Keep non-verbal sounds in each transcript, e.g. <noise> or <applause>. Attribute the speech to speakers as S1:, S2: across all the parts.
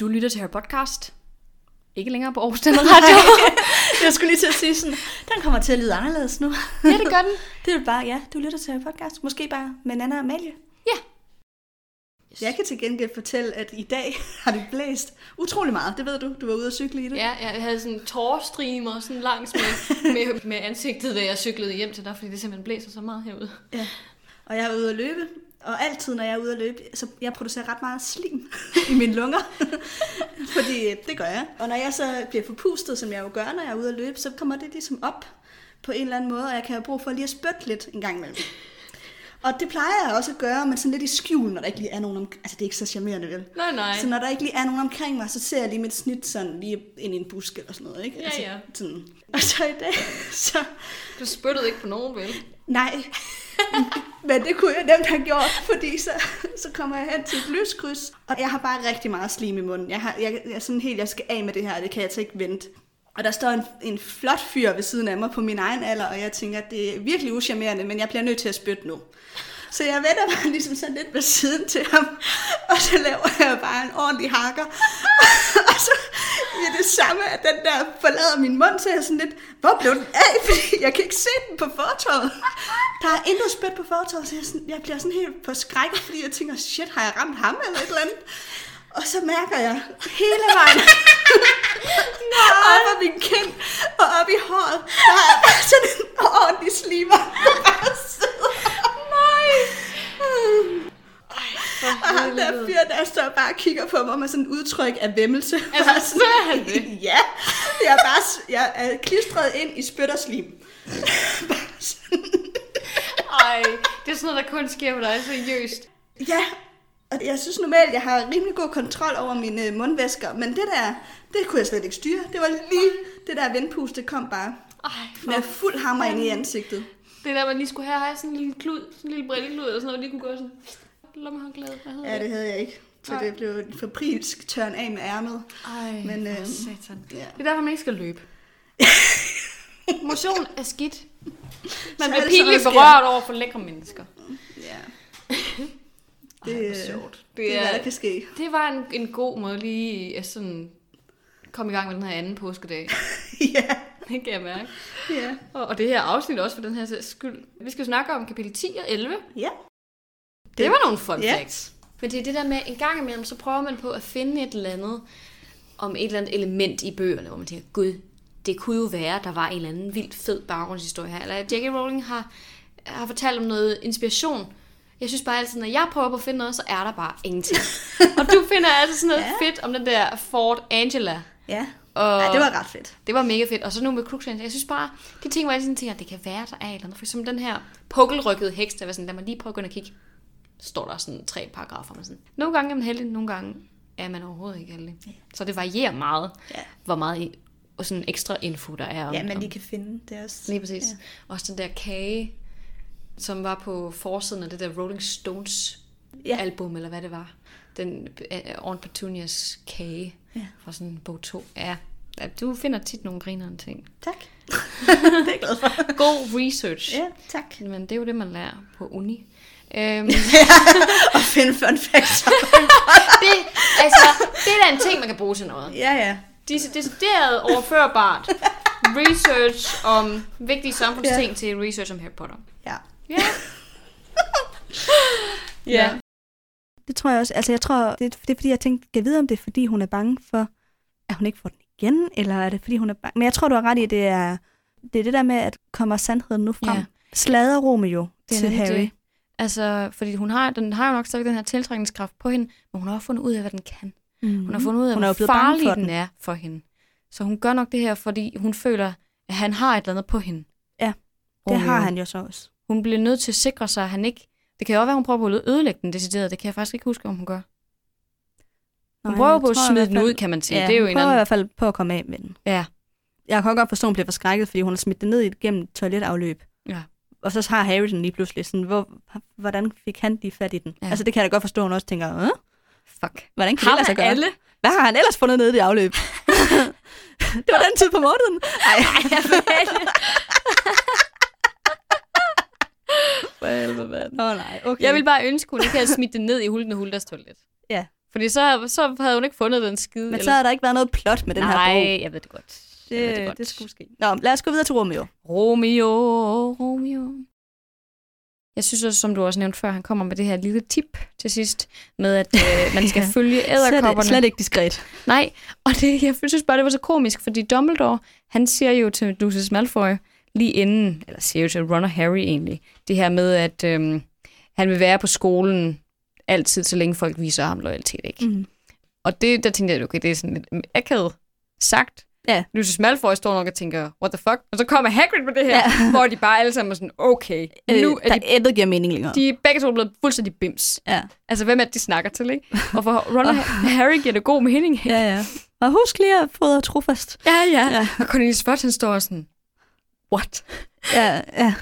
S1: Du lytter til her podcast. Ikke længere på Aarhus Tænder
S2: <laughs>
S1: Radio.
S2: Jeg skulle lige til at sige sådan, den kommer til at lyde anderledes nu.
S1: ja, det gør den.
S2: <laughs> Det er bare, ja, du lytter til en podcast. Måske bare med Nana og Amalie.
S1: Ja.
S2: Jeg kan til gengæld fortælle, at i dag har det blæst utrolig meget. Det ved du, du var ude at cykle i det.
S3: Ja, jeg havde sådan en tårerstreamer sådan langs med, med, med ansigtet, da jeg cyklede hjem til dig, fordi det simpelthen blæser så meget herude.
S2: Ja. Og jeg er ude at løbe, og altid når jeg er ude at løbe, så jeg producerer ret meget slim <laughs> i mine lunger, fordi øh, det gør jeg. Og når jeg så bliver forpustet, som jeg jo gør, når jeg er ude at løbe, så kommer det ligesom op på en eller anden måde, og jeg kan have brug for lige at spytte lidt en gang imellem. Og det plejer jeg også at gøre, men sådan lidt i skjul, når der ikke lige er nogen om... Altså, det er ikke så charmerende, vel?
S3: Nej, nej.
S2: Så når der ikke lige er nogen omkring mig, så ser jeg lige mit snit sådan lige ind i en busk eller sådan noget, ikke? Altså,
S3: Ja, ja.
S2: Sådan. <laughs> Og så i dag, så
S3: Du spyttede ikke på nogen, vel?
S2: Nej, <laughs> men det kunne jeg nemt have gjort, fordi så, så kommer jeg hen til et lyskryds, og jeg har bare rigtig meget slim i munden. Jeg, har, jeg, jeg er sådan helt, jeg skal af med det her, og det kan jeg altså ikke vente. Og der står en, en flot fyr ved siden af mig på min egen alder, og jeg tænker, at det er virkelig uschammerende, men jeg bliver nødt til at spytte nu. Så jeg vender mig <laughs> ligesom sådan lidt ved siden til ham, og så laver jeg bare en ordentlig hakker. <laughs> og så i det samme, at den der forlader min mund, så er jeg sådan lidt, hvor blev den af? <laughs> Fordi jeg kan ikke se den på fortorvet. Der er intet spyt på fortorvet, så jeg, er sådan, jeg bliver sådan helt på skræk, fordi jeg tænker, shit, har jeg ramt ham eller et eller andet? Og så mærker jeg hele vejen <laughs> op af min kind og op i håret, der er bare sådan en ordentlig slimer. Nej! Øhm. Og ham Ah, der fyr, der står bare og kigger på mig med sådan et udtryk af vemmelse. <laughs>
S3: Altså,
S2: Bare
S3: sagde han det?
S2: <laughs> Ja, jeg er, bare, s- jeg er klistret ind i spyt og slim. <laughs> Bare sådan.
S3: Ej, det er sådan noget, der kun sker for dig, seriøst.
S2: Ja, og jeg synes normalt, jeg har rimelig god kontrol over mine øh, mundvæsker, men det der, det kunne jeg slet ikke styre. Det var lige det der vindpust, det kom bare
S3: Ej, for...
S2: med fuld hammer ind i ansigtet.
S3: Det der, man lige skulle have, har jeg sådan en lille klud, sådan en lille brilleklud eller sådan noget, lige kunne gå sådan... Lommehåndklæde, hvad hedder
S2: Ja, det havde jeg ikke. Så
S3: Nej.
S2: det blev en fabrilsk tørn af med ærmet.
S3: Ej,
S2: Men,
S3: men, øh...
S2: øhm,
S3: satan.
S2: ja.
S3: Det er derfor, man ikke skal <laughs> løbe. Motion er skidt. Man
S2: Så
S3: bliver
S2: er det sådan,
S3: pinligt
S2: der sker.
S3: berørt over for lækre mennesker.
S2: Ja.
S3: Det, Ej,
S2: <laughs> Det,
S3: hvor
S2: øh,
S3: sjovt.
S2: Det er, hvad der kan
S3: <laughs>
S2: ske.
S3: det var en, en god måde lige at sådan komme i gang med den her anden påskedag. <laughs>
S2: ja,
S3: Det kan jeg mærke.
S2: ja.
S3: Og, og det her afsnit også for den her sags skyld. Vi skal jo snakke om kapitel 10 og 11.
S2: Ja.
S3: Det, det var nogle fun
S2: Ja.
S3: yeah. facts. Men det er det der med, en gang imellem, så prøver man på at finde et eller andet om et eller andet element i bøgerne, hvor man tænker, gud, det kunne jo være, der var en eller anden vildt fed baggrundshistorie her. Eller at J.K. Rowling har, har fortalt om noget inspiration. Jeg synes bare altid, når jeg prøver på at finde noget, så er der bare <laughs> ingenting. og du finder altså sådan noget ja. fedt om den der Ford Angela.
S2: Ja.
S3: Og
S2: Ej, det var ret fedt.
S3: det var mega fedt. Og så nu med Crookshanks. Jeg synes bare, de ting, hvor jeg sådan tænker, det kan være, der er et eller andet. For eksempel den her pukkelrykkede heks, der var sådan, lad mig lige prøve at gå ind og kigge. Står der sådan tre paragrafer. Man sådan. Nogle gange er man heldig, nogle gange er man overhovedet ikke heldig. Så det varierer meget,
S2: Ja.
S3: hvor meget i- og sådan ekstra info, der er om,
S2: Ja, man
S3: om
S2: lige kan finde det også.
S3: Lige præcis. Ja. Også den der kage, som var på forsiden af det der Rolling Stones
S2: Ja.
S3: ja. album, eller hvad det var. Den uh, Orn Petunias kage
S2: Ja.
S3: ja. fra sådan bog 2. Ja. ja, du finder tit nogle grinerende <laughs> ting.
S2: Tak. det er jeg
S3: <laughs>
S2: glad for.
S3: God research.
S2: Ja, <laughs> tak.
S3: Men det er jo det, man lærer på uni. Øhm,
S2: Og finde fun
S3: <laughs>
S2: facts.
S3: det, altså, det er da en ting, man kan bruge til noget.
S2: ja, ja.
S3: Dis- decideret <laughs> overførbart research om vigtige samfundsting ja. til research om Harry Potter.
S2: Ja.
S3: Ja. ja.
S2: Det tror jeg også. Altså, jeg tror, det, det er fordi, jeg tænkte, kan jeg vide, om det er, fordi hun er bange for, at hun ikke får den igen, eller er det, fordi hun er bange? Men jeg tror, du har ret i, at det er det, er det der med, at kommer sandheden nu frem. Ja.
S3: Ja.
S2: Slader Romeo
S3: Det er
S2: til
S3: nemlig
S2: Harry.
S3: det. Altså, fordi hun har, den har jo nok stadig den her tiltrækningskraft på hende, men hun har også fundet ud af, hvad den kan.
S2: Mm-hmm.
S3: Hun har fundet ud af,
S2: Hun er jo
S3: hvor
S2: blevet bange
S3: farlig
S2: for
S3: den.
S2: den.
S3: er for hende. Så hun gør nok det her, fordi hun føler, at han har et eller andet på hende.
S2: Ja, Det har han jo så også.
S3: Hun bliver nødt til at sikre sig, at han ikke... Det kan jo også være, hun prøver på at ødelægge den decideret. Det kan jeg faktisk ikke huske, om hun gør. Hun
S2: Nej,
S3: prøver
S2: jeg
S3: på at
S2: tror i
S3: smide
S2: hvert
S3: den
S2: fald-
S3: ud, kan man sige.
S2: Ja,
S3: det er jo
S2: hun
S3: en
S2: prøver i
S3: anden...
S2: hvert fald på at komme af med den.
S3: Ja,
S2: Jeg kan godt forstå, at hun bliver forskrækket, fordi hun har smidt den ned igennem toiletafløb.
S3: ja.
S2: Og så har Harry den lige pludselig sådan, hvor, hvordan fik han lige fat i den? Ja.
S3: Ja.
S2: Altså det kan jeg da godt forstå, at hun også tænker, Åh,
S3: Fuck.
S2: hvordan kan det
S3: Ham
S2: lade sig
S3: af
S2: gøre? <laughs>
S3: alle.
S2: Hvad har han ellers fundet nede i det
S3: <laughs>
S2: afløb? det var den tid på måneden. Ej, for helvede, mand. Åh nej, okay.
S3: Jeg vil bare ønske, hun ikke havde smidt det ned i Hulten og Hulters toilet.
S2: Ja.
S3: Fordi så, så havde hun ikke fundet den skide.
S2: Men så har der ikke været noget plot med den
S3: Nej,
S2: her bog.
S3: Nej, jeg ved det godt. Jeg ved
S2: det, det, det skulle ske. Nå, lad os gå videre til Romeo.
S3: Romeo, Romeo. Jeg synes også, som du også nævnte før, han kommer med det her lille tip til sidst, med at øh, man
S2: <laughs>
S3: skal følge æderkopperne.
S2: Slet, slet ikke diskret.
S3: Nej, <laughs> og det, jeg synes bare, det var så komisk, fordi Dumbledore, han siger jo til Lucius Malfoy lige inden, eller siger jo til Ron og Harry egentlig, det her med, at øhm, han vil være på skolen altid, så længe folk viser ham loyalitet, ikke?
S2: Mhm.
S3: Og det, der tænkte jeg, okay, det er sådan lidt akavet sagt.
S2: Ja.
S3: Lucius Malfoy står nok og tænker, what the fuck? Og så kommer Hagrid med det her, ja. <laughs> hvor de bare alle sammen er sådan, okay, nu
S2: øh,
S3: er
S2: der
S3: de,
S2: intet giver mening længere.
S3: de er begge to blevet fuldstændig bims.
S2: Ja.
S3: Altså, hvem er det, de snakker til,
S2: <laughs>
S3: ikke? Og for Ron og Harry giver det god mening, ikke?
S2: ja, ja. Og husk lige at fodre trofast.
S3: Ja, ja.
S2: Ja.
S3: ja. Og Cornelius Fudge, han står sådan, what?
S2: Ja, ja.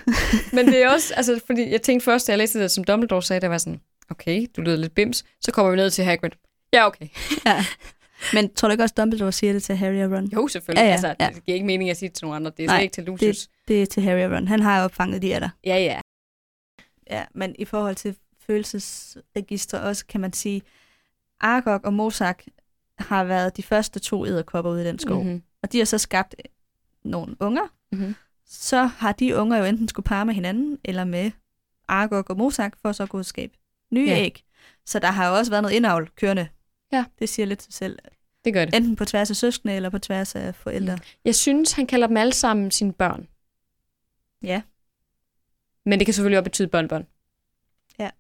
S3: Men det er også, altså, fordi jeg tænkte først, da jeg læste det, som Dumbledore sagde, der var sådan, okay, du lyder lidt bims, så kommer vi ned til Hagrid. Ja, okay. <laughs>
S2: ja. Men tror du ikke også, Dumbledore siger det til Harry og Ron?
S3: Jo, selvfølgelig. Ja, ja,
S2: Ja,
S3: altså,
S2: ja.
S3: det giver ikke mening at sige det til nogen andre. Det er
S2: Nej,
S3: slet ikke til Lucius. Det...
S2: Det er til Harry og Ron. Han har opfanget de er der.
S3: Ja, ja.
S2: Ja, men i forhold til følelsesregister også, kan man sige, Argok og Mozart har været de første to æderkopper ude i den skov. Mm-hmm.
S3: Mm-hmm.
S2: Og de har så skabt nogle unger.
S3: Mhm.
S2: Så har de unger jo enten skulle parre med hinanden, eller med Argok og Mozart, for så at kunne skabe nye
S3: Ja.
S2: ja. æg. Så der har jo også været noget indavl kørende.
S3: Ja.
S2: Det siger lidt sig selv.
S3: Det gør det.
S2: Enten på tværs af søskende, eller på tværs af forældre. Mm.
S3: Jeg synes, han kalder dem alle sammen sine børn.
S2: Ja.
S3: Men det kan selvfølgelig også betyde børnbørn.
S2: <laughs>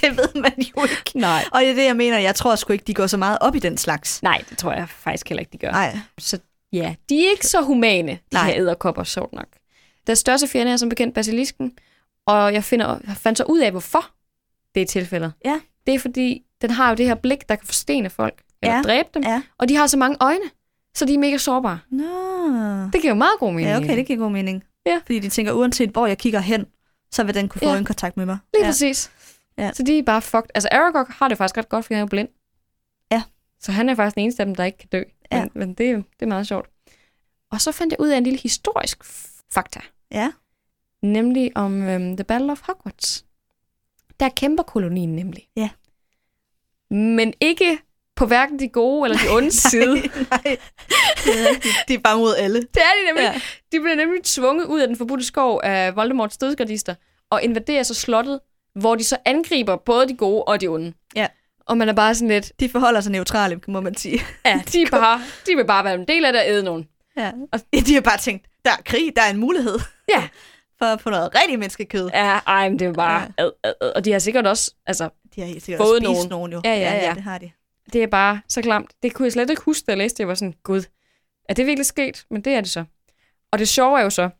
S2: Det ved man jo ikke.
S3: Nej.
S2: Og det er det, jeg mener. Jeg tror sgu ikke, de går så meget op i den slags.
S3: Nej, det tror jeg faktisk heller ikke, de gør.
S2: Nej.
S3: Så ja, de er ikke så humane, de Nej.
S2: Nej.
S3: her æderkopper, sjovt nok. Deres største fjende er som bekendt basilisken, og jeg finder, jeg fandt så ud af, hvorfor det er tilfældet.
S2: Ja.
S3: Det er fordi, den har jo det her blik, der kan forstene folk, eller
S2: Ja.
S3: dræbe dem,
S2: Ja.
S3: og de har så mange øjne, så de er mega sårbare.
S2: Nå.
S3: Det giver jo meget god mening.
S2: Ja, okay, det giver god mening.
S3: Ja.
S2: Fordi de tænker, uanset hvor jeg kigger hen, så vil den kunne få
S3: Ja.
S2: ja. en kontakt med mig.
S3: Lige ja.
S2: <laughs> ja.
S3: præcis. Ja.
S2: Ja.
S3: Så de er bare fucked. Altså, Aragog har det faktisk ret godt, fordi han er jo blind.
S2: Ja.
S3: Så han er faktisk den eneste af dem, der ikke kan dø.
S2: Ja.
S3: Men, men det, det er meget sjovt. Og så fandt jeg ud af en lille historisk f- fakta.
S2: Ja.
S3: Nemlig om øhm, The Battle of Hogwarts. Der kæmper kolonien nemlig.
S2: Ja.
S3: Men ikke på hverken de gode eller
S2: <laughs>
S3: de onde side.
S2: Nej, det er rigtigt. De er bare mod alle.
S3: Det er de nemlig. Ja.
S2: Ja.
S3: De bliver nemlig tvunget ud af den forbudte skov af Voldemorts dødsgardister og invaderer så slottet, hvor de så angriber både de gode og de onde.
S2: Ja.
S3: Og man er bare sådan lidt,
S2: De forholder sig neutrale, må man sige.
S3: ja, <laughs> de, er bare, de vil bare være en del af det og æde nogen.
S2: Ja. Og <laughs> de har bare tænkt, der er krig, der er en mulighed
S3: Ja,
S2: <laughs> for at få noget rigtig menneskekød.
S3: ja ej, men det er bare, ad, ad, ad. og de har sikkert også, altså,
S2: De har helt sikkert
S3: Fået
S2: også spist
S3: nogen.
S2: nogen. jo.
S3: Ja, ja, ja.
S2: Det har de.
S3: det er bare så klamt. Det kunne jeg slet ikke huske, da jeg læste det. Jeg var sådan, gud, er det virkelig sket? Men det er det så. Og det sjove er jo så,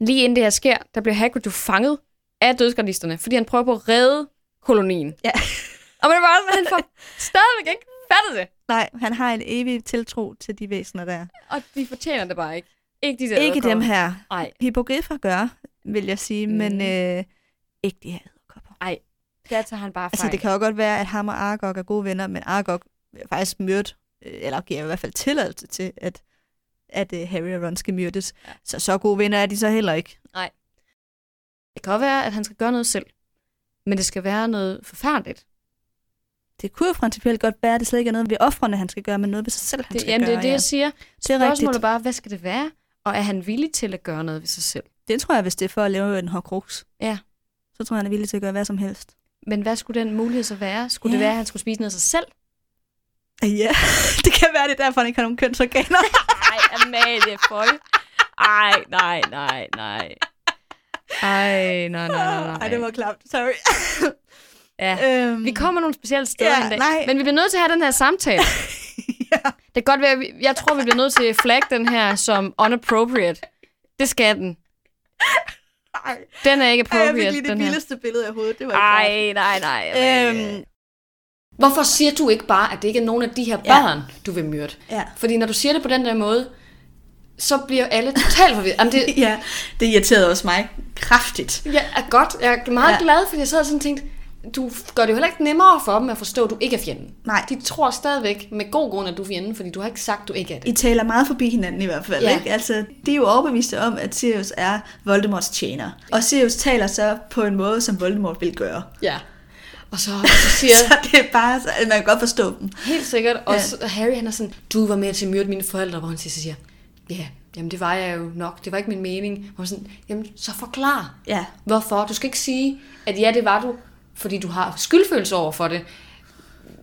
S3: lige inden det her sker, der bliver Hagrid jo fanget af dødsgardisterne, fordi han prøver på at redde kolonien.
S2: Ja.
S3: <laughs> Og man er bare sådan, han <laughs> får stadigvæk ikke fattet det.
S2: Nej, han har en evig tiltro til de væsener, der er.
S3: Og de fortjener det bare ikke. Ikke de der
S2: Ikke dem her.
S3: Nej,
S2: Hippogriffer gør, vil jeg sige,
S3: Mm.
S2: mm. men øh, ikke de her æderkopper.
S3: der tager han bare fejl.
S2: Altså, det kan jo godt være, at ham og Argok er gode venner, men Argok vil faktisk myrdet, øh, eller giver i hvert fald tilladelse til, at, at øh, Harry og Ron skal myrdes. Ja. Så så gode venner er de så heller ikke.
S3: det kan godt være, at han skal gøre noget selv. Men det skal være noget forfærdeligt.
S2: Det kunne jo principielt godt være, at det slet ikke er noget ved offrene, han skal gøre, men noget ved sig selv, han
S3: Det,
S2: skal
S3: jamen,
S2: gøre.
S3: det er det,
S2: ja.
S3: jeg siger.
S2: det er
S3: Spørgsmålet
S2: rigtigt.
S3: er bare, hvad skal det være? Og er han villig til at gøre noget ved sig selv?
S2: Det tror jeg, hvis det er for at lave en hårdkrux.
S3: Ja.
S2: Så tror jeg, han er villig til at gøre hvad som helst.
S3: Men hvad skulle den mulighed så være? Skulle ja. det
S2: Ja.
S3: være, at han skulle spise noget af sig selv?
S2: Ja, <laughs> det kan være, det er derfor, han ikke har nogen kønsorganer.
S3: Nej, Amalie, føj. Ej, nej, nej, nej. Ej, nej, nej, nej, nej.
S2: <laughs> Ej, det var klamt. Sorry.
S3: ja.
S2: Øhm,
S3: Vi kommer nogle specielle steder
S2: Ja,
S3: en dag.
S2: nej.
S3: Men vi bliver nødt til at have den her samtale.
S2: <laughs> ja.
S3: Det kan godt være, at vi- jeg tror, vi bliver nødt til at flagge den her som unappropriate. Det skal den.
S2: Ej,
S3: Den er ikke
S2: Ej, jeg fik
S3: appropriate,
S2: lige det
S3: den her.
S2: vildeste billede af hovedet. Det var ikke rart.
S3: Ej, nej, nej. Amalie.
S2: Øhm,
S4: Hvorfor siger du ikke bare, at det ikke er nogen af de her børn, ja. du vil myrde?
S2: Ja.
S4: Fordi når du siger det på den der måde, så bliver alle totalt forvirret. Jamen, det
S2: ja, det irriterede også mig kraftigt.
S4: jeg er godt. Jeg er meget ja.
S2: Ja.
S4: glad, fordi jeg sad og sådan tænkte, du gør det jo heller ikke nemmere for dem at forstå, at du ikke er fjenden.
S2: Nej.
S4: De tror stadigvæk med god grund, at du er fjenden, fordi du har ikke sagt, at du ikke er det.
S2: I taler meget forbi hinanden i hvert fald,
S4: Ja.
S2: ja. ikke? Altså, de er jo overbeviste om, at Sirius er Voldemorts tjener. Og Sirius taler så på en måde, som Voldemort vil gøre.
S4: Ja.
S3: Og så, og så siger
S2: <laughs> Så det er bare, så, man kan godt forstå dem.
S3: Helt sikkert. Og ja. Harry, han er sådan, du var med til at myrde mine forældre, hvor han til sidst siger, ja, jamen det var jeg jo nok, det var ikke min mening. Hvor han sådan, jamen så forklar,
S2: Ja.
S3: hvorfor. Du skal ikke sige, at ja, det var du, fordi du har skyldfølelse over for det.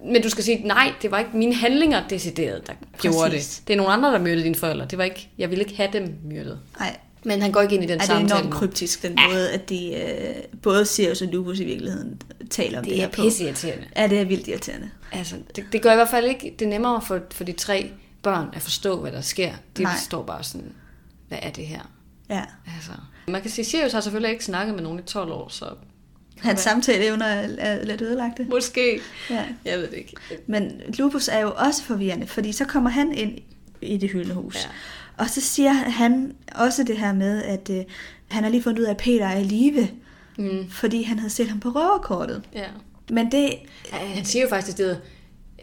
S3: Men du skal sige, nej, det var ikke mine handlinger decideret, der Præcis. gjorde
S2: Præcis.
S3: det. Det er nogle andre, der myrdede dine forældre. Det var ikke, jeg ville ikke have dem myrdet.
S2: Nej,
S3: Men han går ikke ind i den
S2: er det er
S3: samtale.
S2: enormt
S3: nu.
S2: kryptisk, den måde, at de øh, både Sirius og Lupus i virkeligheden taler om det,
S3: Det er
S2: her på.
S3: pisseirriterende.
S2: Ja, det er vildt irriterende.
S3: Altså, det, det gør i hvert fald ikke det nemmere for, for de tre børn at forstå, hvad der sker. De
S2: Nej.
S3: Nej. står bare sådan, hvad er det her?
S2: Ja.
S3: Altså, man kan sige, Sirius har selvfølgelig ikke snakket med nogen i 12 år, så
S2: Hans samtaleevner er, er lidt ødelagte.
S3: måske.
S2: Ja.
S3: Jeg ved det ikke.
S2: Men Lupus er jo også forvirrende, fordi så kommer han ind i det hyldehus. Ja.
S3: Ja.
S2: Og så siger han også det her med, at øh, han har lige fundet ud af, at Peter er i live, mm. fordi han havde set ham på røverkortet.
S3: Ja.
S2: Men det,
S3: Han han siger jo faktisk det sted,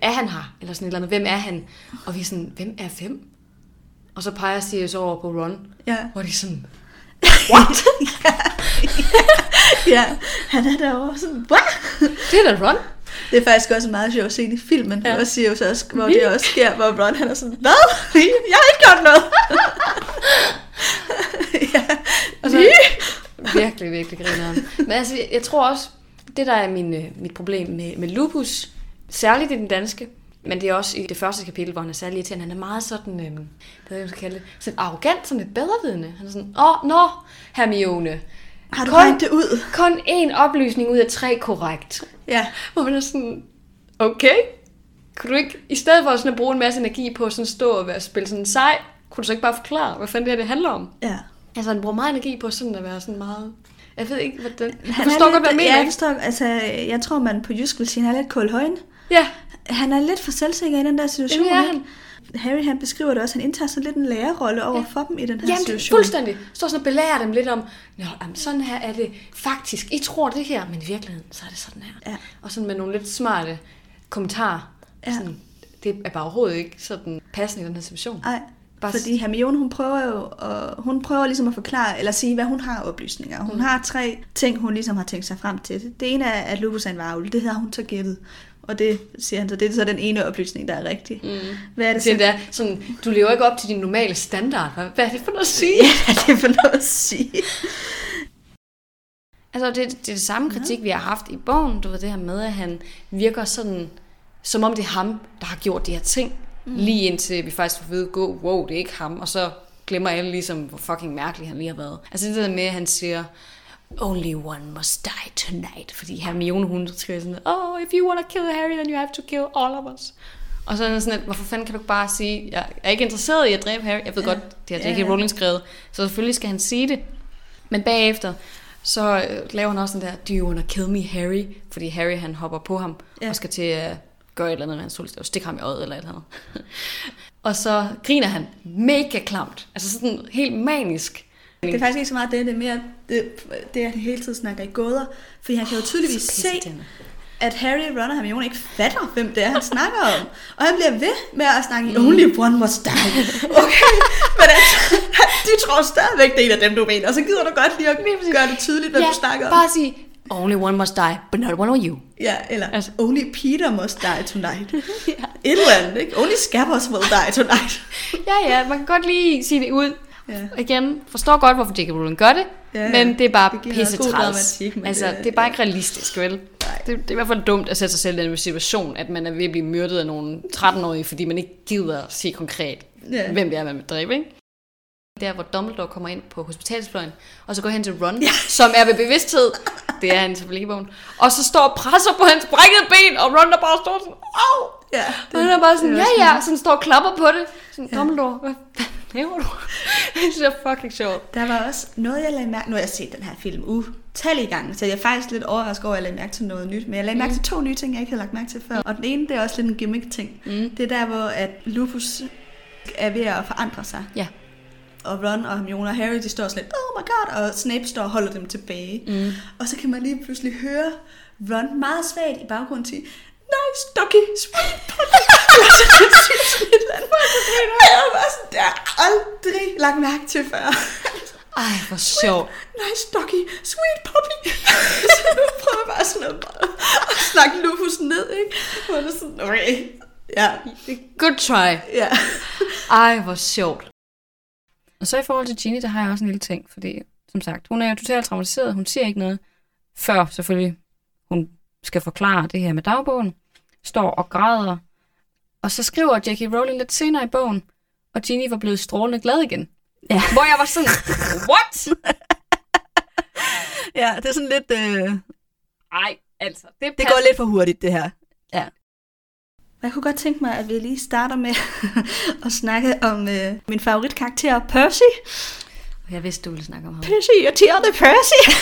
S3: er han her? Eller sådan et eller andet. Hvem er han? Og vi er sådan, hvem er hvem? Og så peger Sirius over på Ron,
S2: ja,
S3: hvor de er sådan,
S2: What? <laughs> ja. ja, han er derovre sådan, what?
S3: det er da Ron.
S2: Det er faktisk også en meget sjov scene i filmen, ja.
S3: Ja.
S2: hvor, Sirius også, hvor det også sker, hvor Ron han er sådan, hvad? Jeg har ikke gjort
S3: <laughs>
S2: noget. <laughs> ja.
S3: Og så, virkelig, virkelig grineren. Men altså, jeg tror også, det der er min, øh, mit problem med, med lupus, særligt i den danske, men det er også i det første kapitel, hvor han er særlig irriterende. Han er meget sådan, øhm, hvad ved jeg, man skal kalde det, sådan arrogant, sådan lidt bedrevidende. Han er sådan, åh, oh, nå, no, Hermione.
S2: Har du
S3: Kun-
S2: regnet det ud?
S3: Kun én oplysning ud af tre korrekt.
S2: Ja.
S3: Hvor man er sådan, okay, kunne du ikke, i stedet for sådan at bruge en masse energi på at sådan stå og være, spille sådan sej, kunne du så ikke bare forklare, hvad fanden det her det handler om?
S2: Ja.
S3: Altså, han bruger meget energi på sådan at være sådan meget... Jeg ved ikke, hvordan... Han
S2: Han er
S3: forstår
S2: lidt-
S3: godt, hvad jeg
S2: ja,
S3: mener,
S2: jeg,
S3: ikke?
S2: forstår, altså, jeg tror, man på jysk vil sige, at han er lidt kold højen.
S3: Ja,
S2: Han er lidt for selvsikker i den der situation.
S3: Jamen, det er
S2: ikke? Harry han beskriver det også. Han indtager sådan lidt en lærerrolle over ja. for dem i den her
S3: Jamen, det-
S2: situation.
S3: fuldstændig. Står sådan og belærer dem lidt om, Nå, jamen, sådan her er det faktisk. I tror det her, men i virkeligheden, så er det sådan her.
S2: Ja.
S3: Og sådan med nogle lidt smarte kommentarer.
S2: Ja.
S3: Ja. Sådan, det er bare overhovedet ikke sådan passende i den her situation.
S2: Nej,
S3: Bare
S2: fordi Hermione, hun prøver jo, og hun prøver ligesom at forklare, eller sige, hvad hun har af oplysninger. Hun mm. har tre ting, hun ligesom har tænkt sig frem til. Det ene er, at Lupus er en varvel. Det har hun så gættet. Og det siger han så, det er så den ene oplysning, der er rigtig. Mm. Hvad er det så?
S3: Det er sådan, du lever ikke op til din normale standard. Hvad, hvad er det for noget at sige?
S2: Ja, <laughs> hvad er det for noget at sige?
S3: Altså, det, det er det samme kritik, vi har haft i bogen. Du ved, det her med, at han virker sådan, som om det er ham, der har gjort de her ting. Mm. Lige indtil vi faktisk får at vide, gå, wow, det er ikke ham. Og så glemmer alle ligesom, hvor fucking mærkelig han lige har været. Altså det der med, at han siger, only one must die tonight. Fordi Hermione, hun skriver sådan, oh, if you want to kill Harry, then you have to kill all of us. Og så er det sådan, at, hvorfor fanden kan du ikke bare sige, jeg er ikke interesseret i at dræbe Harry. Jeg ved ja. godt, det har J.K.
S2: Ja, ja.
S3: Rowling skrevet, så selvfølgelig skal han sige det. Men bagefter, så øh, laver han også den der, do you wanna kill me, Harry? Fordi Harry, han hopper på ham
S2: Ja.
S3: ja. og skal til at gøre et eller andet med hans solstav. Stikke ham i øjet eller et eller andet. <laughs> og så griner han mega klamt. Altså sådan helt manisk.
S2: Det er faktisk ikke så meget det, det er mere det, det at han hele tiden snakker i gåder. Fordi han kan jo tydeligvis se,
S3: pisseirriterende.
S2: at Harry, Ron og Hermione ikke fatter, hvem det er, han snakker om. Og han bliver ved med at snakke i Only One Must <laughs> Die. Okay, men altså, de tror stadigvæk, det er en af dem, du mener. Og så gider du godt lige at gøre det tydeligt, hvad ja, du snakker om.
S3: bare sige, only one must die, but not one of you.
S2: Ja, eller altså.
S3: Altså-
S2: Only Peter Must Die Tonight. <laughs> ja. Et eller andet, ikke? Only Scabbers Will Die Tonight.
S3: <laughs> Ja, ja, man kan godt lige sige det ud.
S2: Ja.
S3: Ja. Igen, forstår godt, hvorfor J.K. Rowling gør det,
S2: Ja, ja.
S3: ja, men det er bare
S2: Det giver også
S3: pisse
S2: god
S3: træls.
S2: dramatik, men
S3: Altså,
S2: det-
S3: det, det er bare ikke realistisk, vel?
S2: Nej.
S3: Det, det er i hvert fald dumt at sætte sig selv i den situation, at man er ved at blive myrdet af nogle 13-årige, fordi man ikke gider at sige konkret,
S2: Ja.
S3: ja. hvem det er, man vil dræbe, ikke? Der, hvor Dumbledore kommer ind på hospitalsfløjen, og så går hen til Ron, ja. som er ved bevidsthed. Det er han selvfølgelig ikke i bogen. Og så står og presser på hans brækkede ben, og Ron der bare står sådan, au!
S2: Ja,
S3: Og han er bare sådan,
S2: det er
S3: ja
S2: også
S3: ja, sådan står og klapper på det. Sådan, Dumbledore, hvad fanden laver du? <laughs> det synes jeg er fucking sjovt.
S2: Der var også noget, jeg lagde mærke... Nu har jeg set den her film utallige gange, så jeg er faktisk lidt overrasket over, at jeg lagde mærke til noget nyt. Men jeg lagde mærke til to nye ting, jeg ikke havde lagt mærke til før. Og den ene, det er også lidt en gimmick-ting. Mm. Det er der, hvor at Lupus er ved at forandre sig.
S3: Ja.
S2: Og Ron og Hermione og Harry, de står sådan lidt, oh my god, og Snape står og holder dem tilbage. Mm. Og så kan man lige pludselig høre Ron meget svagt i baggrunden sige, nice doggy, sweet puppy. <laughs> Og så kan jeg <laughs> sige sådan et eller andet. Og jeg var bare sådan, det har jeg aldrig lagt mærke til før.
S1: Ej, hvor sjovt.
S2: nice doggy, sweet puppy. <laughs> så prøver jeg bare sådan at, at snakke Lupus ned, ikke? Og det er sådan, okay, ja, det-
S1: Good try.
S2: ja.
S1: Ej, hvor sjovt. Og så i forhold til Ginny, der har jeg også en lille ting, fordi som sagt, hun er jo totalt traumatiseret, hun siger ikke noget, før selvfølgelig hun skal forklare det her med dagbogen, står og græder, og så skriver Jackie Rowling lidt senere i bogen, og Ginny var blevet strålende glad igen.
S5: Ja.
S1: Hvor jeg var sådan, what?
S5: Ja, det er sådan lidt... Øh,
S1: Ej, altså, det,
S5: det
S1: passer.
S5: går lidt for hurtigt, det her.
S2: Jeg kunne godt tænke mig, at vi lige starter med <laughs> at snakke om øh, min favoritkarakter, Percy.
S3: Jeg vidste, du ville snakke om ham.
S2: Percy, jeg tjerde Percy.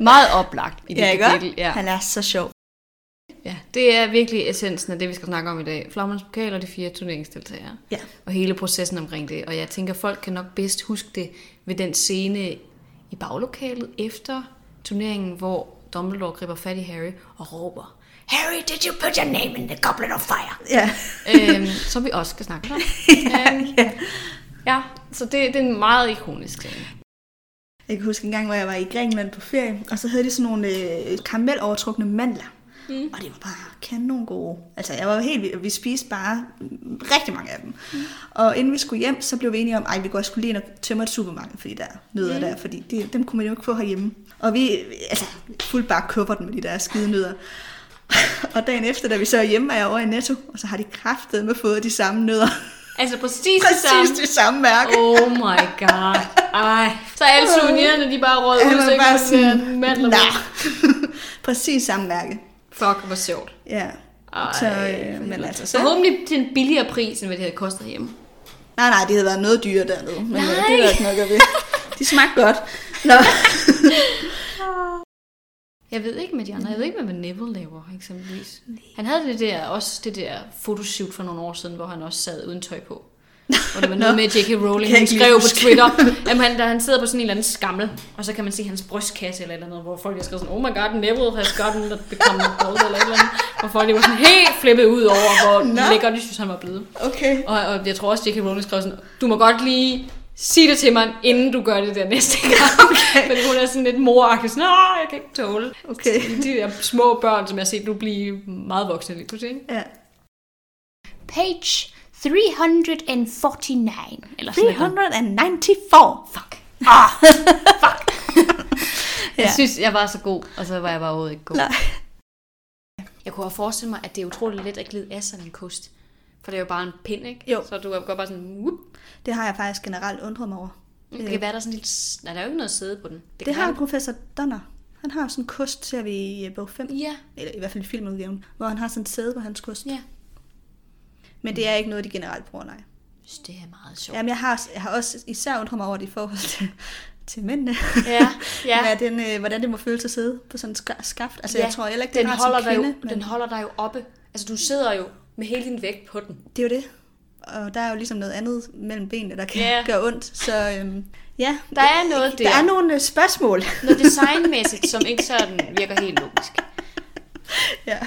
S3: Meget oplagt i det
S2: <laughs> Ja, ikke
S3: kapitel.
S2: Ja. Han er så sjov.
S3: Ja, det er virkelig essensen af det, vi skal snakke om i dag. Flagmands pokal og de fire turneringsdeltagere.
S2: Ja.
S3: Og hele processen omkring det. Og jeg tænker, folk kan nok bedst huske det ved den scene i baglokalet efter turneringen, hvor Dumbledore griber fat i Harry og råber, Harry, did you put your name in the goblet of fire?
S2: Ja. <laughs>
S3: øhm, som vi også skal snakke om. ja, øhm, ja. ja, så det, det er en meget ikonisk scene.
S2: Jeg kan huske en gang, hvor jeg var i Grækenland på ferie, og så havde de sådan nogle øh, karamelovertrukne mandler. Mm. Og det var bare kanon gode. Altså, jeg var jo helt vild. og Vi spiste bare mm, rigtig mange af dem. Mm. Og inden vi skulle hjem, så blev vi enige om, at vi går også skulle lige ind og tømme et supermarked, fordi der er nødder mm. der, fordi de, dem kunne man jo ikke få herhjemme. Og vi, altså, fuldt bare køber den med de der skide nødder. <laughs> og dagen efter, da vi så er hjemme, er jeg over i Netto, og så har de kraftet med fået de samme nødder. <laughs>
S3: Altså præcis,
S2: Præcis det samme mærke.
S3: Oh my god. Ej. Så er alle souvenirerne, de bare råd
S2: Han
S3: ud, så
S2: var
S3: ikke
S2: bare
S3: man ser
S2: sådan,
S3: mandler med.
S2: "Nå." <laughs> Præcis samme mærke.
S3: Fuck, hvor sjovt.
S2: Ja.
S3: Ej,
S2: så, øh, men altså,
S3: Så
S2: så...
S3: Forhåbentlig til en billigere pris, end hvad det havde kostet hjemme.
S2: Nej, nej, det havde været noget dyrere dernede. Men øh, det
S3: Nej.
S2: er der ikke nok at ved. De smagte godt. Nå.
S3: Jeg ved ikke med de andre. Jeg ved ikke, hvad Neville laver, eksempelvis. Han havde det der, også det der fotoshoot for nogle år siden, hvor han også sad uden tøj
S2: <laughs>
S3: på. Og det var noget
S2: Nå.
S3: med at J.K. Rowling,
S2: Kan jeg
S3: hun
S2: ikke lige
S3: skrev på
S2: huske.
S3: Twitter,
S2: <laughs>
S3: at han, da han sidder på sådan en eller anden skammel, og så kan man se hans brystkasse eller et eller andet, hvor folk har skrevet sådan, oh my god, Neville has gotten the become bald eller et eller andet, hvor folk de var sådan helt flippet ud over, hvor
S2: Nå.
S3: lækker de synes, han var blevet.
S2: <laughs> Okay.
S3: Og, og jeg tror også, J.K. Rowling skrev sådan, du må godt lige sige det til mig, inden du gør det der næste <laughs> gang. Okay. Men hun er sådan lidt moragtig, sådan, "Åh, jeg kan ikke tåle
S2: Okay.
S3: de der små børn, som jeg har set nu blive meget voksne lige pludselig. Ikke?
S2: Ja.
S6: Page 349. Eller sådan noget.
S2: 394. Fuck.
S3: Ja. Jeg
S2: Ja.
S3: synes, jeg var så god, og så var jeg bare overhovedet ikke god.
S2: Nej.
S3: Jeg kunne også forestille mig, at det er utroligt let at glide af sådan en kost. For det er jo bare en pind, ikke?
S2: Jo.
S3: Så du går bare sådan, whoop.
S2: Det har jeg faktisk generelt undret mig over.
S3: Det kan være, der er sådan en lille... s- Nej, der er jo ikke noget sæde på den.
S2: Det,
S3: kan
S2: det har
S3: være-
S2: professor Donner. Han har sådan en kost, ser vi i øh, bog 5.
S3: Ja,
S2: Eller i hvert fald i filmudgaven, hvor han har sådan et sæde på hans kost.
S3: ja.
S2: Men det er ikke noget, de generelt bruger, nej.
S3: Jeg synes, det er meget sjovt.
S2: Jamen, jeg har, jeg har også især undret mig over det i forhold til, til mændene.
S3: Ja,
S2: <laughs>
S3: ja.
S2: Hvad den, øh, hvordan det må føles at sidde på sådan et ska- skaft. Altså,
S3: Ja,
S2: jeg tror heller ikke,
S3: den,
S2: den, har
S3: holder
S2: som kvinde.
S3: dig jo,
S2: men
S3: den holder dig jo oppe. Altså, du sidder jo med hele din vægt på den.
S2: Det er jo det. Og der er jo ligesom noget andet mellem benene, der kan
S3: Ja.
S2: yeah. gøre ondt. Så øhm, ja,
S3: Der er noget
S2: der er nogle øh, spørgsmål.
S3: noget designmæssigt, som ikke sådan virker helt logisk.
S2: <laughs> ja.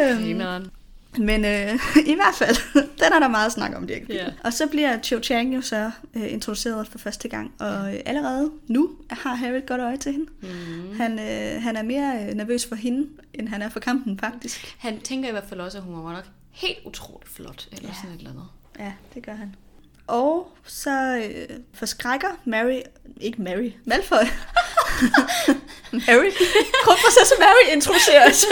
S2: øhm,
S3: Grineren.
S2: men øh, <laughs> i hvert fald, den er der meget snak om, Dirk.
S3: Ja.
S2: Og så bliver Cho Chang jo så øh, introduceret for første gang. Og øh, allerede nu har Harry et godt øje til hende. Mm. Han, øh, han er mere øh, nervøs for hende, end han er for kampen, faktisk.
S3: Han tænker i hvert fald også, at hun var nok helt utroligt flot, eller ja. sådan et eller andet.
S2: Ja, det gør han. Og så øh, forskrækker Mary, ikke Mary, <laughs> Malfoy. Mary. Kronprinsesse Mary introduceres.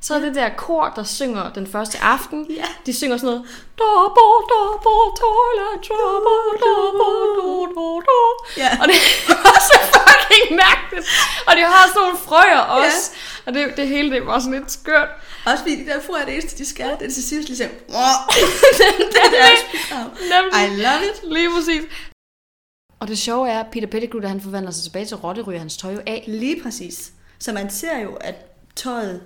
S3: Så er det der kor, der synger den første aften.
S2: Ja.
S3: De synger sådan noget. Double, double, toilet trouble, double, double, double.
S2: Ja.
S3: Og det <laughs> var så fucking mærkeligt. Og de har sådan nogle frøer også. Ja. Og det, det hele det var sådan lidt skørt.
S2: <laughs> Også fordi de der fruer er det eneste, de skal. Det er til sidst ligesom, <laughs>
S3: det <laughs>
S2: det er deres bidrag.
S3: Nemlig.
S2: I love it.
S3: Lige præcis. Og det sjove er, at Peter Pettigrew, da han forvandler sig tilbage til rotte, ryger hans tøj jo af.
S2: Lige præcis. Så man ser jo, at tøjet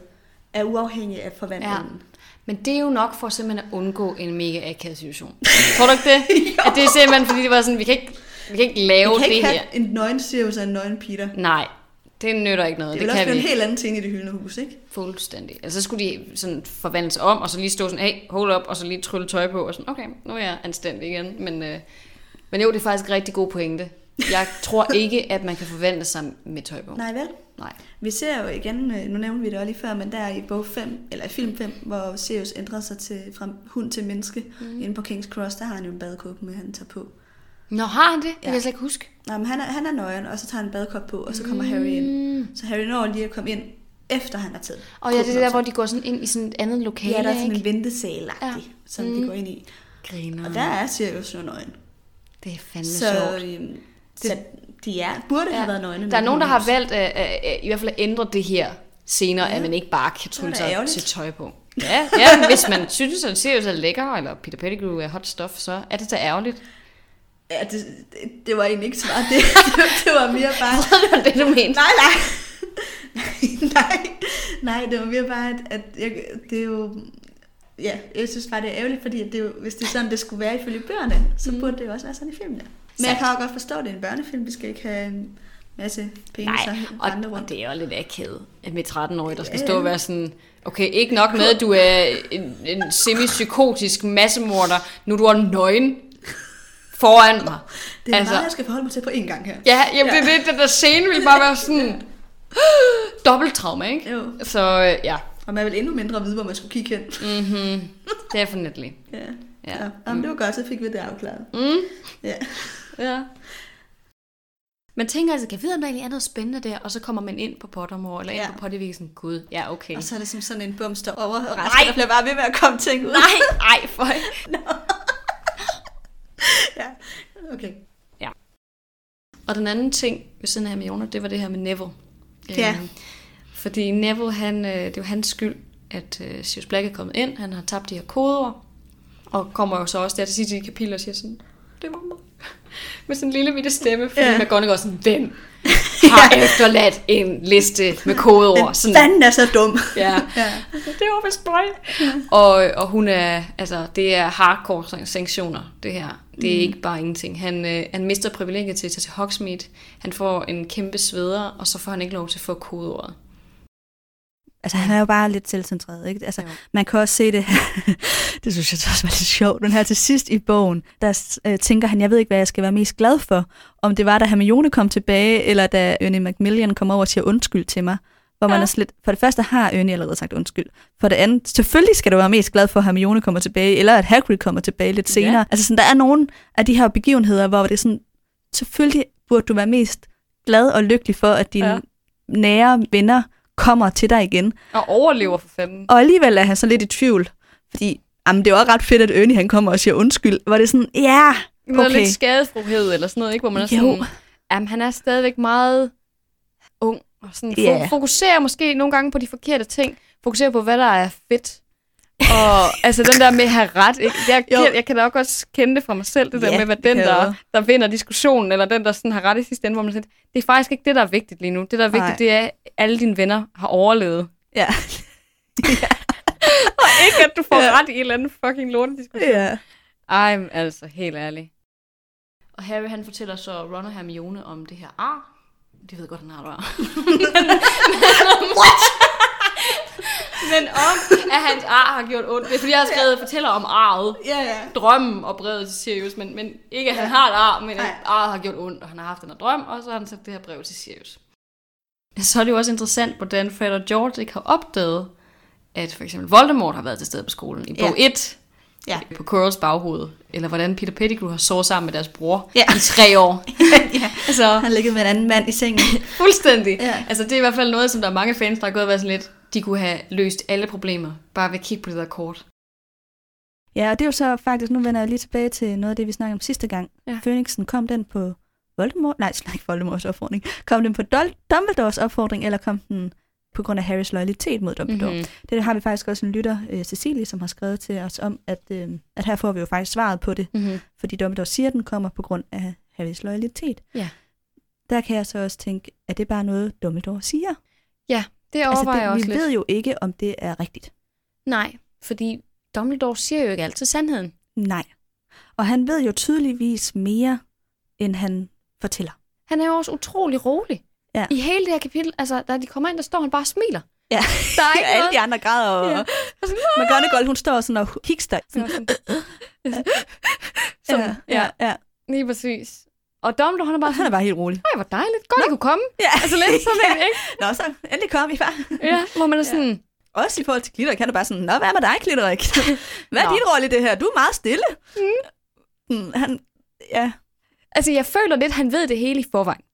S2: er uafhængig af forvandlingen.
S3: Men det er jo nok for simpelthen at undgå en mega akavet situation. <laughs> Tror du ikke det? at det er simpelthen, fordi det var sådan, vi kan ikke, vi kan ikke lave
S2: Vi kan
S3: det
S2: ikke
S3: her.
S2: have en nøgen Sirius og en nøgen Peter.
S3: Nej, Det nytter ikke noget.
S6: Det
S3: Det,
S6: vil
S3: det
S6: også
S3: kan vi
S6: blive en
S3: ikke.
S6: helt anden ting i det hyldende hus, ikke?
S3: Fuldstændig. Altså, så skulle de sådan forvandles om, og så lige stå sådan, hey, hold op, og så lige trylle tøj på, og sådan, okay, nu er jeg anstændig igen. Men, øh, men jo, det er faktisk en rigtig god pointe. Jeg tror ikke, at man kan forvente sig med tøj på.
S6: Nej, vel?
S3: Nej.
S6: Vi ser jo igen, øh, nu nævnte vi det også lige før, men der i bog 5, eller i film 5, hvor Sirius ændrer sig til, fra hund til menneske mm. inde på King's Cross, der har han jo en badekåbe med, han tager på.
S3: Nå, har han det? Det kan jeg slet ikke huske.
S6: Nej, men han er, han er nøgen, og så tager han en badekåbe på, og så kommer mm. Harry ind. Så Harry når lige at komme ind, efter han har taget
S7: Og ja, det er
S6: kåben
S7: det der,
S6: op, så-
S7: hvor de går sådan ind i sådan et andet lokale,
S6: Ja, der er sådan
S7: ikke?
S6: en ventesal ja. som mm. de går ind i.
S3: Griner.
S6: Og der er Sirius jo nøgen.
S3: Det er fandme
S6: Så,
S3: sjovt.
S6: øhm, så de er, burde ja. have været nøgne.
S3: Der er
S6: men
S3: nogen, der har
S6: heldigvis-
S3: valgt øh, øh, øh, i hvert fald at ændre det her senere, ja. at man ikke bare kan trylle
S6: da
S3: sig
S6: ærgerligt.
S3: til tøj på. Ja, ja men hvis man synes, at Sirius er lækker, eller Peter Pettigrew er hot stuff, så er det da ærgerligt. <laughs>
S6: Ja, det, det, det var egentlig ikke svaret. Det, <laughs> det, det var mere bare...
S3: <laughs> det
S6: <laughs>
S3: var det, du mente.
S6: Nej, nej. nej, nej, det var mere bare, at, at jeg, det er jo... Ja, jeg synes bare, det er ærgerligt, fordi at det er jo, hvis det er sådan, det skulle være ifølge bøgerne, så mm. burde det jo også være sådan i filmene. Men jeg kan også godt forstå, at det er en børnefilm. Vi skal ikke have en masse penge
S3: Nej,
S6: og andre
S3: og, og
S6: rundt.
S3: det er jo lidt akavet at med 13-årige, der skal
S6: Ja,
S3: stå og være sådan, okay, ikke nok med, at du er en, en semi-psykotisk massemorder, nu er du er nøgen foran mig.
S6: Det er altså, meget, jeg skal forholde mig til på én gang her.
S3: Ja, jamen, ja. det er det, den der scene vil bare være
S7: <gasps>
S3: sådan, dobbelt trauma, ikke?
S6: Jo.
S3: Så øh, ja,
S6: Og man vil endnu mindre vide, hvor man skulle kigge hen. Mm.
S3: definitely.
S6: Ja.
S3: Ja.
S6: ja. Jamen, det var godt, så fik vi det afklaret.
S3: Mm.
S6: Ja.
S3: Ja.
S7: Man tænker altså, kan jeg vide, om der egentlig er noget spændende der? Og så kommer man ind på Pottermore, eller ind
S6: Ja.
S7: på Pottervik, sådan, gud, ja, okay.
S6: Og så <laughs> er det som sådan en bums, der overrasker, der bliver bare ved med at komme ting ud.
S7: Nej, ej, for...
S6: ja. Okay.
S3: Og den anden ting ved siden af Hermione, det var det her med Neville.
S6: Ja.
S3: Øh, fordi Neville, han, øh, det er jo hans skyld, at øh, Sirius Black er kommet ind. Han har tabt de her kodeord. Og kommer jo så også der til sidst i kapitlet og siger sådan, det var mig. <laughs> Med sådan en lille bitte stemme. Fordi
S6: Ja.
S3: ja. McGonagall er sådan,
S6: <laughs>
S3: hvem har efterladt en liste med kodeord?
S6: Den
S3: Sådan,
S6: fanden er så dum.
S3: Ja. Altså,
S6: ja.
S3: det var vist mig. Og, og hun er, altså, det er hardcore san- sanktioner, det her. Det er mm. ikke bare ingenting. Han, øh, han mister privilegiet til at tage til Hogsmeade. Han får en kæmpe sveder, og så får han ikke lov til at få kodeordet.
S2: Altså, han er jo bare lidt selvcentreret, ikke? Altså,
S3: Jo.
S2: man kan også se det <laughs> det synes jeg også var lidt sjovt. Men her til sidst i bogen, der øh, tænker han, jeg ved ikke, hvad jeg skal være mest glad for. Om det var, da Hermione kom tilbage, eller da Ernie Macmillan kom over og siger undskyld til mig. Hvor man ja. er slet, for det første har Ernie allerede sagt undskyld. For det andet, selvfølgelig skal du være mest glad for, at Hermione kommer tilbage, eller at Hagrid kommer tilbage lidt senere. Ja. Altså, sådan, der er nogle af de her begivenheder, hvor det er sådan, selvfølgelig burde du være mest glad og lykkelig for, at dine
S3: Ja.
S2: ja. nære venner kommer til dig igen.
S3: Og overlever for fanden.
S2: Og alligevel er han så lidt i tvivl, fordi jamen, det er jo også ret fedt, at Ernie han kommer og siger undskyld. Var det er sådan, ja,
S3: Okay. Noget
S2: okay.
S3: lidt skadefrohed eller sådan noget, ikke? Hvor man er
S2: Jo.
S3: sådan, jamen, han er stadigvæk meget ung. Og sådan, fo-
S2: Ja.
S3: Fokuserer måske nogle gange på de forkerte ting. Fokuserer på, hvad der er fedt.
S2: <laughs>
S3: og altså den der med at have ret, ikke? Jeg,
S2: Jo.
S3: jeg, jeg kan da også kende det fra mig selv, det der
S2: Ja,
S3: med, hvad
S2: det
S3: den,
S2: kan
S3: der,
S2: jeg.
S3: der vinder diskussionen, eller den, der sådan har ret i sidste ende, hvor man siger, det er faktisk ikke det, der er vigtigt lige nu. Det, der er vigtigt,
S2: Nej.
S3: Nej. det er, at alle dine venner har overlevet. <laughs>
S2: Ja.
S3: Ikke, at du får ret i en eller anden fucking lortediskussion.
S2: ja.
S3: Ej, men altså, helt ærligt.
S7: Og Harry, han fortæller så Ron og Hermione om det her ar. De ved godt, han har et ar. <laughs> Men om, at hans ar har gjort ondt. Det er fordi, jeg har skrevet, fortæller om arvet.
S6: Ja, ja.
S7: drømmen og brevet til Sirius, men, men ikke at han har et ar, men at
S6: Nej.
S7: arret har gjort ondt, og han har haft den her drøm, og så har han sendt det her brev til Sirius. Så er det jo også interessant, hvordan Fred og George ikke har opdaget, at for eksempel Voldemort har været til stede på skolen i bog 1,
S6: Ja.
S7: på Quirrells baghoved, eller hvordan Peter Pettigrew har sovet sammen med deres bror
S6: Ja.
S7: i tre
S1: <laughs>
S7: år.
S6: ja.
S7: Altså,
S6: Han ligger med en anden mand i sengen.
S7: fuldstændig.
S6: Ja.
S7: Altså, det er i hvert fald noget, som der er mange fans, der har gået og været sådan lidt, de kunne have løst alle problemer, bare ved at kigge på det der kort.
S2: Ja, og det er jo så faktisk, nu vender jeg lige tilbage til noget af det, vi snakkede om sidste gang. Ja. Phoenixen, kom den på Voldemort? Nej, snak ikke Voldemorts opfordring. Kom den på Dol- Dumbledores opfordring, eller kom den på grund af Harrys loyalitet mod
S1: Mhm,
S2: Dumbledore? Mm-hmm. Det har vi faktisk også en lytter, øh, Cecilie, som har skrevet til os om, at, øh, at her får vi jo faktisk svaret på det.
S1: mhm.
S3: Mm-hmm.
S2: fordi Dumbledore siger, at den kommer på grund af Harrys loyalitet.
S3: Ja.
S2: Der kan jeg så også tænke, er det bare noget, Dumbledore siger?
S5: Altså,
S3: Det overvejer jeg
S2: det, vi
S3: også lidt.
S2: ved jo ikke, om det er rigtigt.
S3: Nej, fordi Dumbledore siger jo ikke altid sandheden.
S2: Nej. Og han ved jo tydeligvis mere, end han fortæller.
S3: Han er jo også utrolig rolig.
S5: Ja.
S1: I hele det her kapitel, altså, da de kommer ind, der står han bare og smiler.
S5: Ja.
S1: Der
S5: <laughs>
S1: er ikke
S5: alle
S1: <laughs> noget.
S5: de andre græder. Og,
S1: Ja.
S5: ja. McGonagall, hun står sådan og kikster.
S1: Det var sådan, Som, ja, ja,
S5: ja.
S1: lige præcis. Og Dumbledore, han er bare
S5: Han
S1: sådan,
S5: er bare helt rolig.
S1: nej, hvor dejligt, godt, Nå. I kunne
S3: <laughs>
S1: komme.
S5: Ja.
S1: Altså lidt sådan en, ikke?
S5: <laughs> Nå, så endelig kom I far.
S1: Ja, hvor man er sådan,
S5: Også i forhold til Glitterik, han er bare sådan, Nå, hvad med dig,
S1: <laughs>
S5: Glitterik? Hvad er
S1: Nå.
S5: din rolle i det her? Du er meget stille. Mm. Han, ja.
S1: altså jeg føler lidt, han ved det hele i forvejen.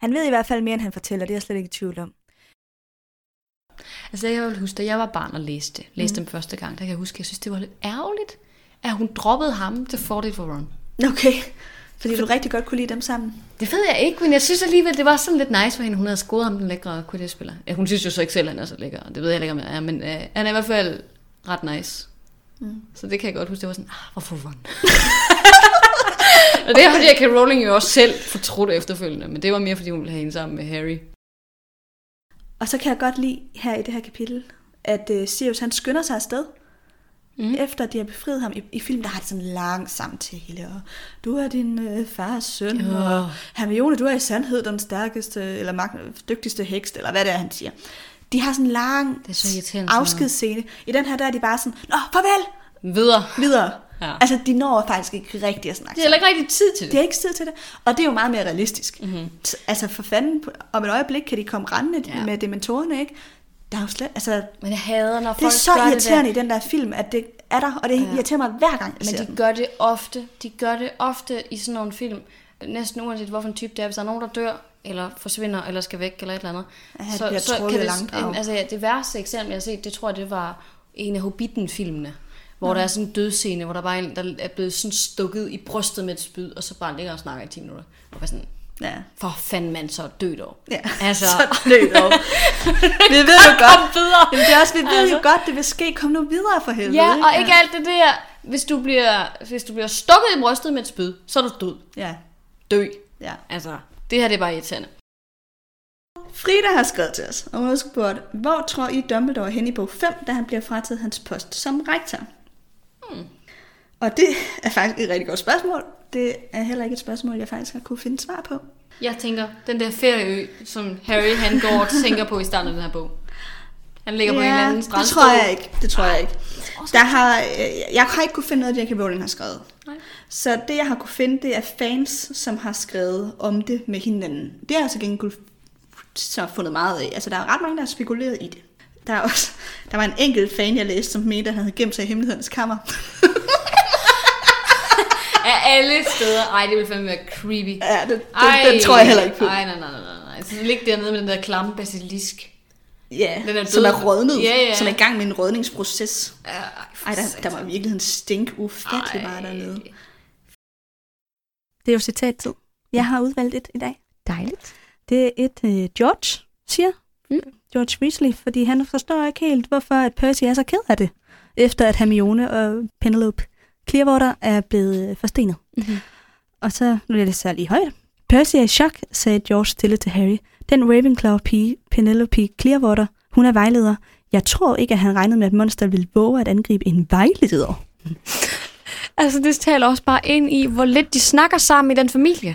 S5: han ved i hvert fald mere, end han fortæller. Det er jeg slet ikke i tvivl om.
S3: Altså, jeg vil huske, da jeg var barn og læste,
S1: Mhm.
S3: læste mm. dem første gang, der kan jeg huske, at jeg synes, det var lidt ærgerligt, at hun droppede ham til fordel for Ron.
S2: Okay. Fordi du rigtig godt kunne lide dem sammen.
S3: Det ved jeg ikke, men jeg synes alligevel, det var sådan lidt nice for hende. Hun havde scoret ham den lækre QTS-spiller. Ja, hun synes jo så ikke selv, at han er så lækker. og Det ved jeg heller ikke, om jeg er, men øh, han er i hvert fald ret nice. Mm. Så det kan jeg godt huske. Det var sådan, ah, hvorfor Ron? <laughs> og det har J.K. Rowling jo også selv fortrudt efterfølgende, men det var mere, fordi hun ville have hende sammen med Harry.
S2: Og så kan jeg godt lide her i det her kapitel, at uh, Sirius han skynder sig afsted. Mm. Efter de har befriet ham i, i filmen, der har det sådan en lang samtale, og du er din øh, fars søn, ja. og Hermione, du er i sandhed den stærkeste, eller magt, dygtigste hekst, eller hvad det er, han siger. De har sådan en lang
S3: Det er så irriterende,
S2: afskedsscene. I den her, der er de bare sådan, Nå, farvel,
S3: Videre.
S2: videre.
S3: Ja.
S2: Ja. Altså, de når faktisk ikke rigtig at snakke
S3: Det er heller ikke rigtig tid til
S2: de
S3: det.
S2: har ikke tid til det, og det er jo meget mere realistisk.
S3: Mhm.
S2: Mm-hmm. Altså for fanden, på- om et øjeblik kan de komme rendende
S3: Ja.
S2: ja. med dementorerne, ikke? Der er jo slet, altså, det
S3: Men jeg hader, når folk
S2: er så
S3: gør
S2: irriterende
S3: det
S2: i den der film, at det er der, og det ja. irriterer mig hver gang, jeg
S3: der.
S2: ser
S3: Men
S2: den.
S3: de gør det ofte. De gør det ofte i sådan nogle film. Næsten uanset hvorfor en type det er. Hvis der er nogen, der dør, eller forsvinder, eller skal væk, eller et eller andet.
S2: Ja, det bliver trukket i langdrag.
S3: Jamen, altså, ja, det værste eksempel, jeg har set, det tror jeg, det var en af Hobbiten-filmene. Hvor der er sådan en dødscene, hvor der bare er en, der er blevet sådan stukket i brystet med et spyd, og så bare ligger og snakker i 10 minutter. Og bare sådan,
S2: Ja.
S3: for fanden mand, så dø
S2: <laughs>
S3: dog.
S2: Ja.
S3: Altså, <laughs>
S2: Så løb dog. vi ved jo godt.
S3: kom videre.
S2: Jamen, det er også, vi ved altså. jo godt, det vil ske. Kom nu videre for helvede.
S3: Ja, og ikke alt det der, hvis du bliver, hvis du bliver stukket i brystet med et spyd, så er du død.
S2: Ja.
S3: Dø.
S2: ja.
S3: Altså, det her det er bare irriterende.
S2: Frida har skrevet til os, og hun har spurgt, hvor tror I Dumbledore er henne i bog 5, da han bliver frataget hans post som rektor? Hmm. Og det er faktisk et rigtig godt spørgsmål. Det er heller ikke et spørgsmål, jeg faktisk har kunne finde svar på.
S3: Jeg tænker, den der ferieø, som Harry han går og tænker på i starten af den her bog. Han ligger på en eller anden
S2: det
S3: strandstol.
S2: tror jeg ikke. Det tror jeg ikke. Der har, øh, jeg har ikke kunne finde noget, J.K. Rowling har skrevet. Nej. Så det, jeg har kunne finde, det er fans, som har skrevet om det med hinanden. Det har jeg så gengæld så fundet meget af. Altså, der er ret mange, der har spekuleret i det. Der, er også, der var en enkelt fan, jeg læste, som mente, at han havde gemt sig i hemmelighedens kammer.
S3: Af alle steder. Ej, det ville fandme være creepy.
S2: ja, det, den, den, tror jeg heller ikke på.
S3: Ej, nej, nej, nej, nej, nej. Så ligge dernede med den der klamme basilisk.
S2: Ja,
S3: Den er
S2: som
S3: død.
S2: er rådnet,
S3: Ja, ja.
S2: som er i gang med en rådningsproces.
S3: Ej,
S2: Ej, der, der var i virkeligheden stink ufattelig
S3: Ej.
S2: meget dernede.
S5: Det er jo citattid. Jeg har udvalgt et i dag.
S1: Dejligt.
S5: Det er et, øh, George siger.
S1: Mm.
S5: George Weasley, fordi han forstår ikke helt, hvorfor at Percy er så ked af det, efter at Hermione og Penelope Clearwater er blevet øh, forstenet.
S1: Mhm.
S5: Og så, nu er det så lige højt. Percy er i chok, sagde George stille til Harry. Den Ravenclaw-pige, Penelope Clearwater, hun er vejleder. Jeg tror ikke, at han regnede med, at Monster ville våge at angribe en vejleder.
S1: Altså, det taler også bare ind i, hvor lidt de snakker sammen i den familie. <laughs>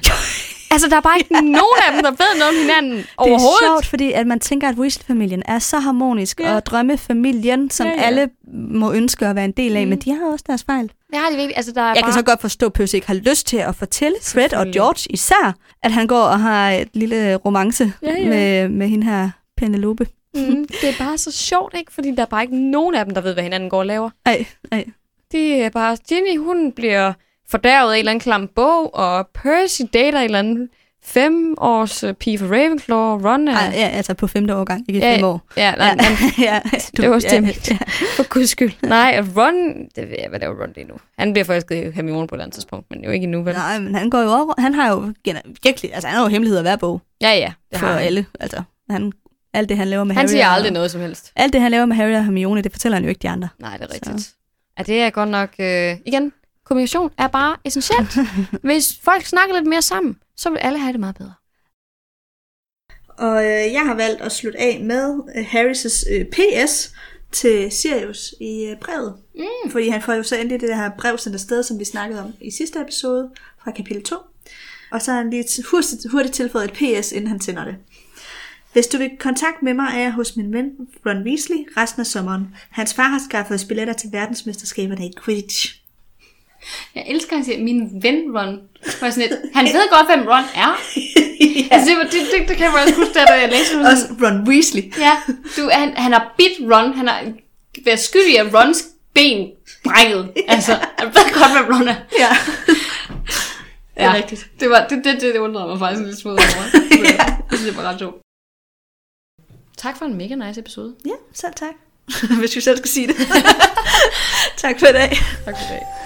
S1: altså, der er bare ikke nogen af dem, der ved noget om hinanden
S5: Det
S1: overhovedet.
S5: er sjovt, fordi at man tænker, at Weasley-familien er så harmonisk,
S1: Ja.
S5: ja. og drømmefamilien, som
S1: Ja,
S5: ja,
S1: ja.
S5: ja. alle må ønske at være en del af,
S1: Mm.
S5: mm. men de har også deres fejl.
S1: Det har de virkelig. Altså, der er
S5: Jeg
S1: bare...
S5: kan så godt forstå, at Percy ikke har lyst til at fortælle Fred og
S1: Selvfølgelig.
S5: George især, at han går og har et lille romance
S1: Ja, ja.
S5: Med, med hende her Penelope.
S1: Mm, det er bare så sjovt, ikke? Fordi der er bare ikke nogen af dem, der ved, hvad hinanden går og laver.
S5: Ej, ej.
S1: Det er bare, Ginny, hun bliver fordærvet af en eller anden klam bog, og Percy dater en eller anden femårs øh, pige fra Ravenclaw, og Ron er...
S5: Ej, ja, altså på femte årgang, ikke i
S1: Ja,
S5: fem år.
S1: ja, nej, ja.
S5: <laughs> ja,
S1: det var også
S5: ja,
S1: det.
S5: ja.
S1: for guds skyld. Nej, og Ron, det ved jeg, hvad laver Ron lige nu. Han bliver forelsket i Hermione på et eller andet tidspunkt, men jo ikke endnu, vel?
S5: Nej, men han går jo over, han har jo gener- virkelig, altså han har jo hemmeligheder hver bog
S1: Ja, ja. Det
S5: for
S1: har han.
S5: alle. Altså, han, alt det, han laver med
S1: han
S5: Harry.
S1: siger
S5: og-
S1: aldrig noget som helst.
S5: Alt det, han laver med Harry og Hermione, det fortæller han jo ikke de andre.
S1: Nej, det er rigtigt. Så. Ja, det er godt nok... Øh, igen, kommunikation er bare
S3: <laughs>
S1: essentielt. Hvis folk snakker lidt mere sammen, så vil alle have det meget bedre.
S2: Og øh, jeg har valgt at slutte af med øh, Harris' øh, PS til Sirius i øh, brevet. Mm. Fordi han får jo så endelig det der her brev sendt afsted, som vi snakkede om i sidste episode fra kapitel 2. Og så har han lige t- hurtigt, hurtigt tilføjet et PS, inden han sender det. Hvis du vil kontakt med mig, er jeg hos min ven Ron Weasley resten af sommeren. Hans far har skaffet os billetter til verdensmesterskaberne i Quidditch.
S3: Jeg elsker, at han siger, min ven Ron. Hvor jeg sådan lidt, han ved godt, hvem Ron er. <laughs> ja. altså, det, var- det, det, det, kan jeg bare også huske, da jeg læste
S2: <laughs>
S3: det.
S2: Også Ron Weasley.
S3: Ja, du, han, han har bidt Ron. Han har været skyldig af Rons ben brækket. <laughs> Altså, han ved godt, hvem Ron er.
S2: Ja.
S3: <laughs> Ja, det er rigtigt. Det, var, det, det, det, det undrede mig faktisk en lille smule over. <laughs> ja. Det synes jeg var ret sjovt. Tak for en mega nice episode.
S2: <laughs> ja, selv <laughs> tak. Hvis vi selv skal sige det. tak for i dag.
S3: Tak for i dag.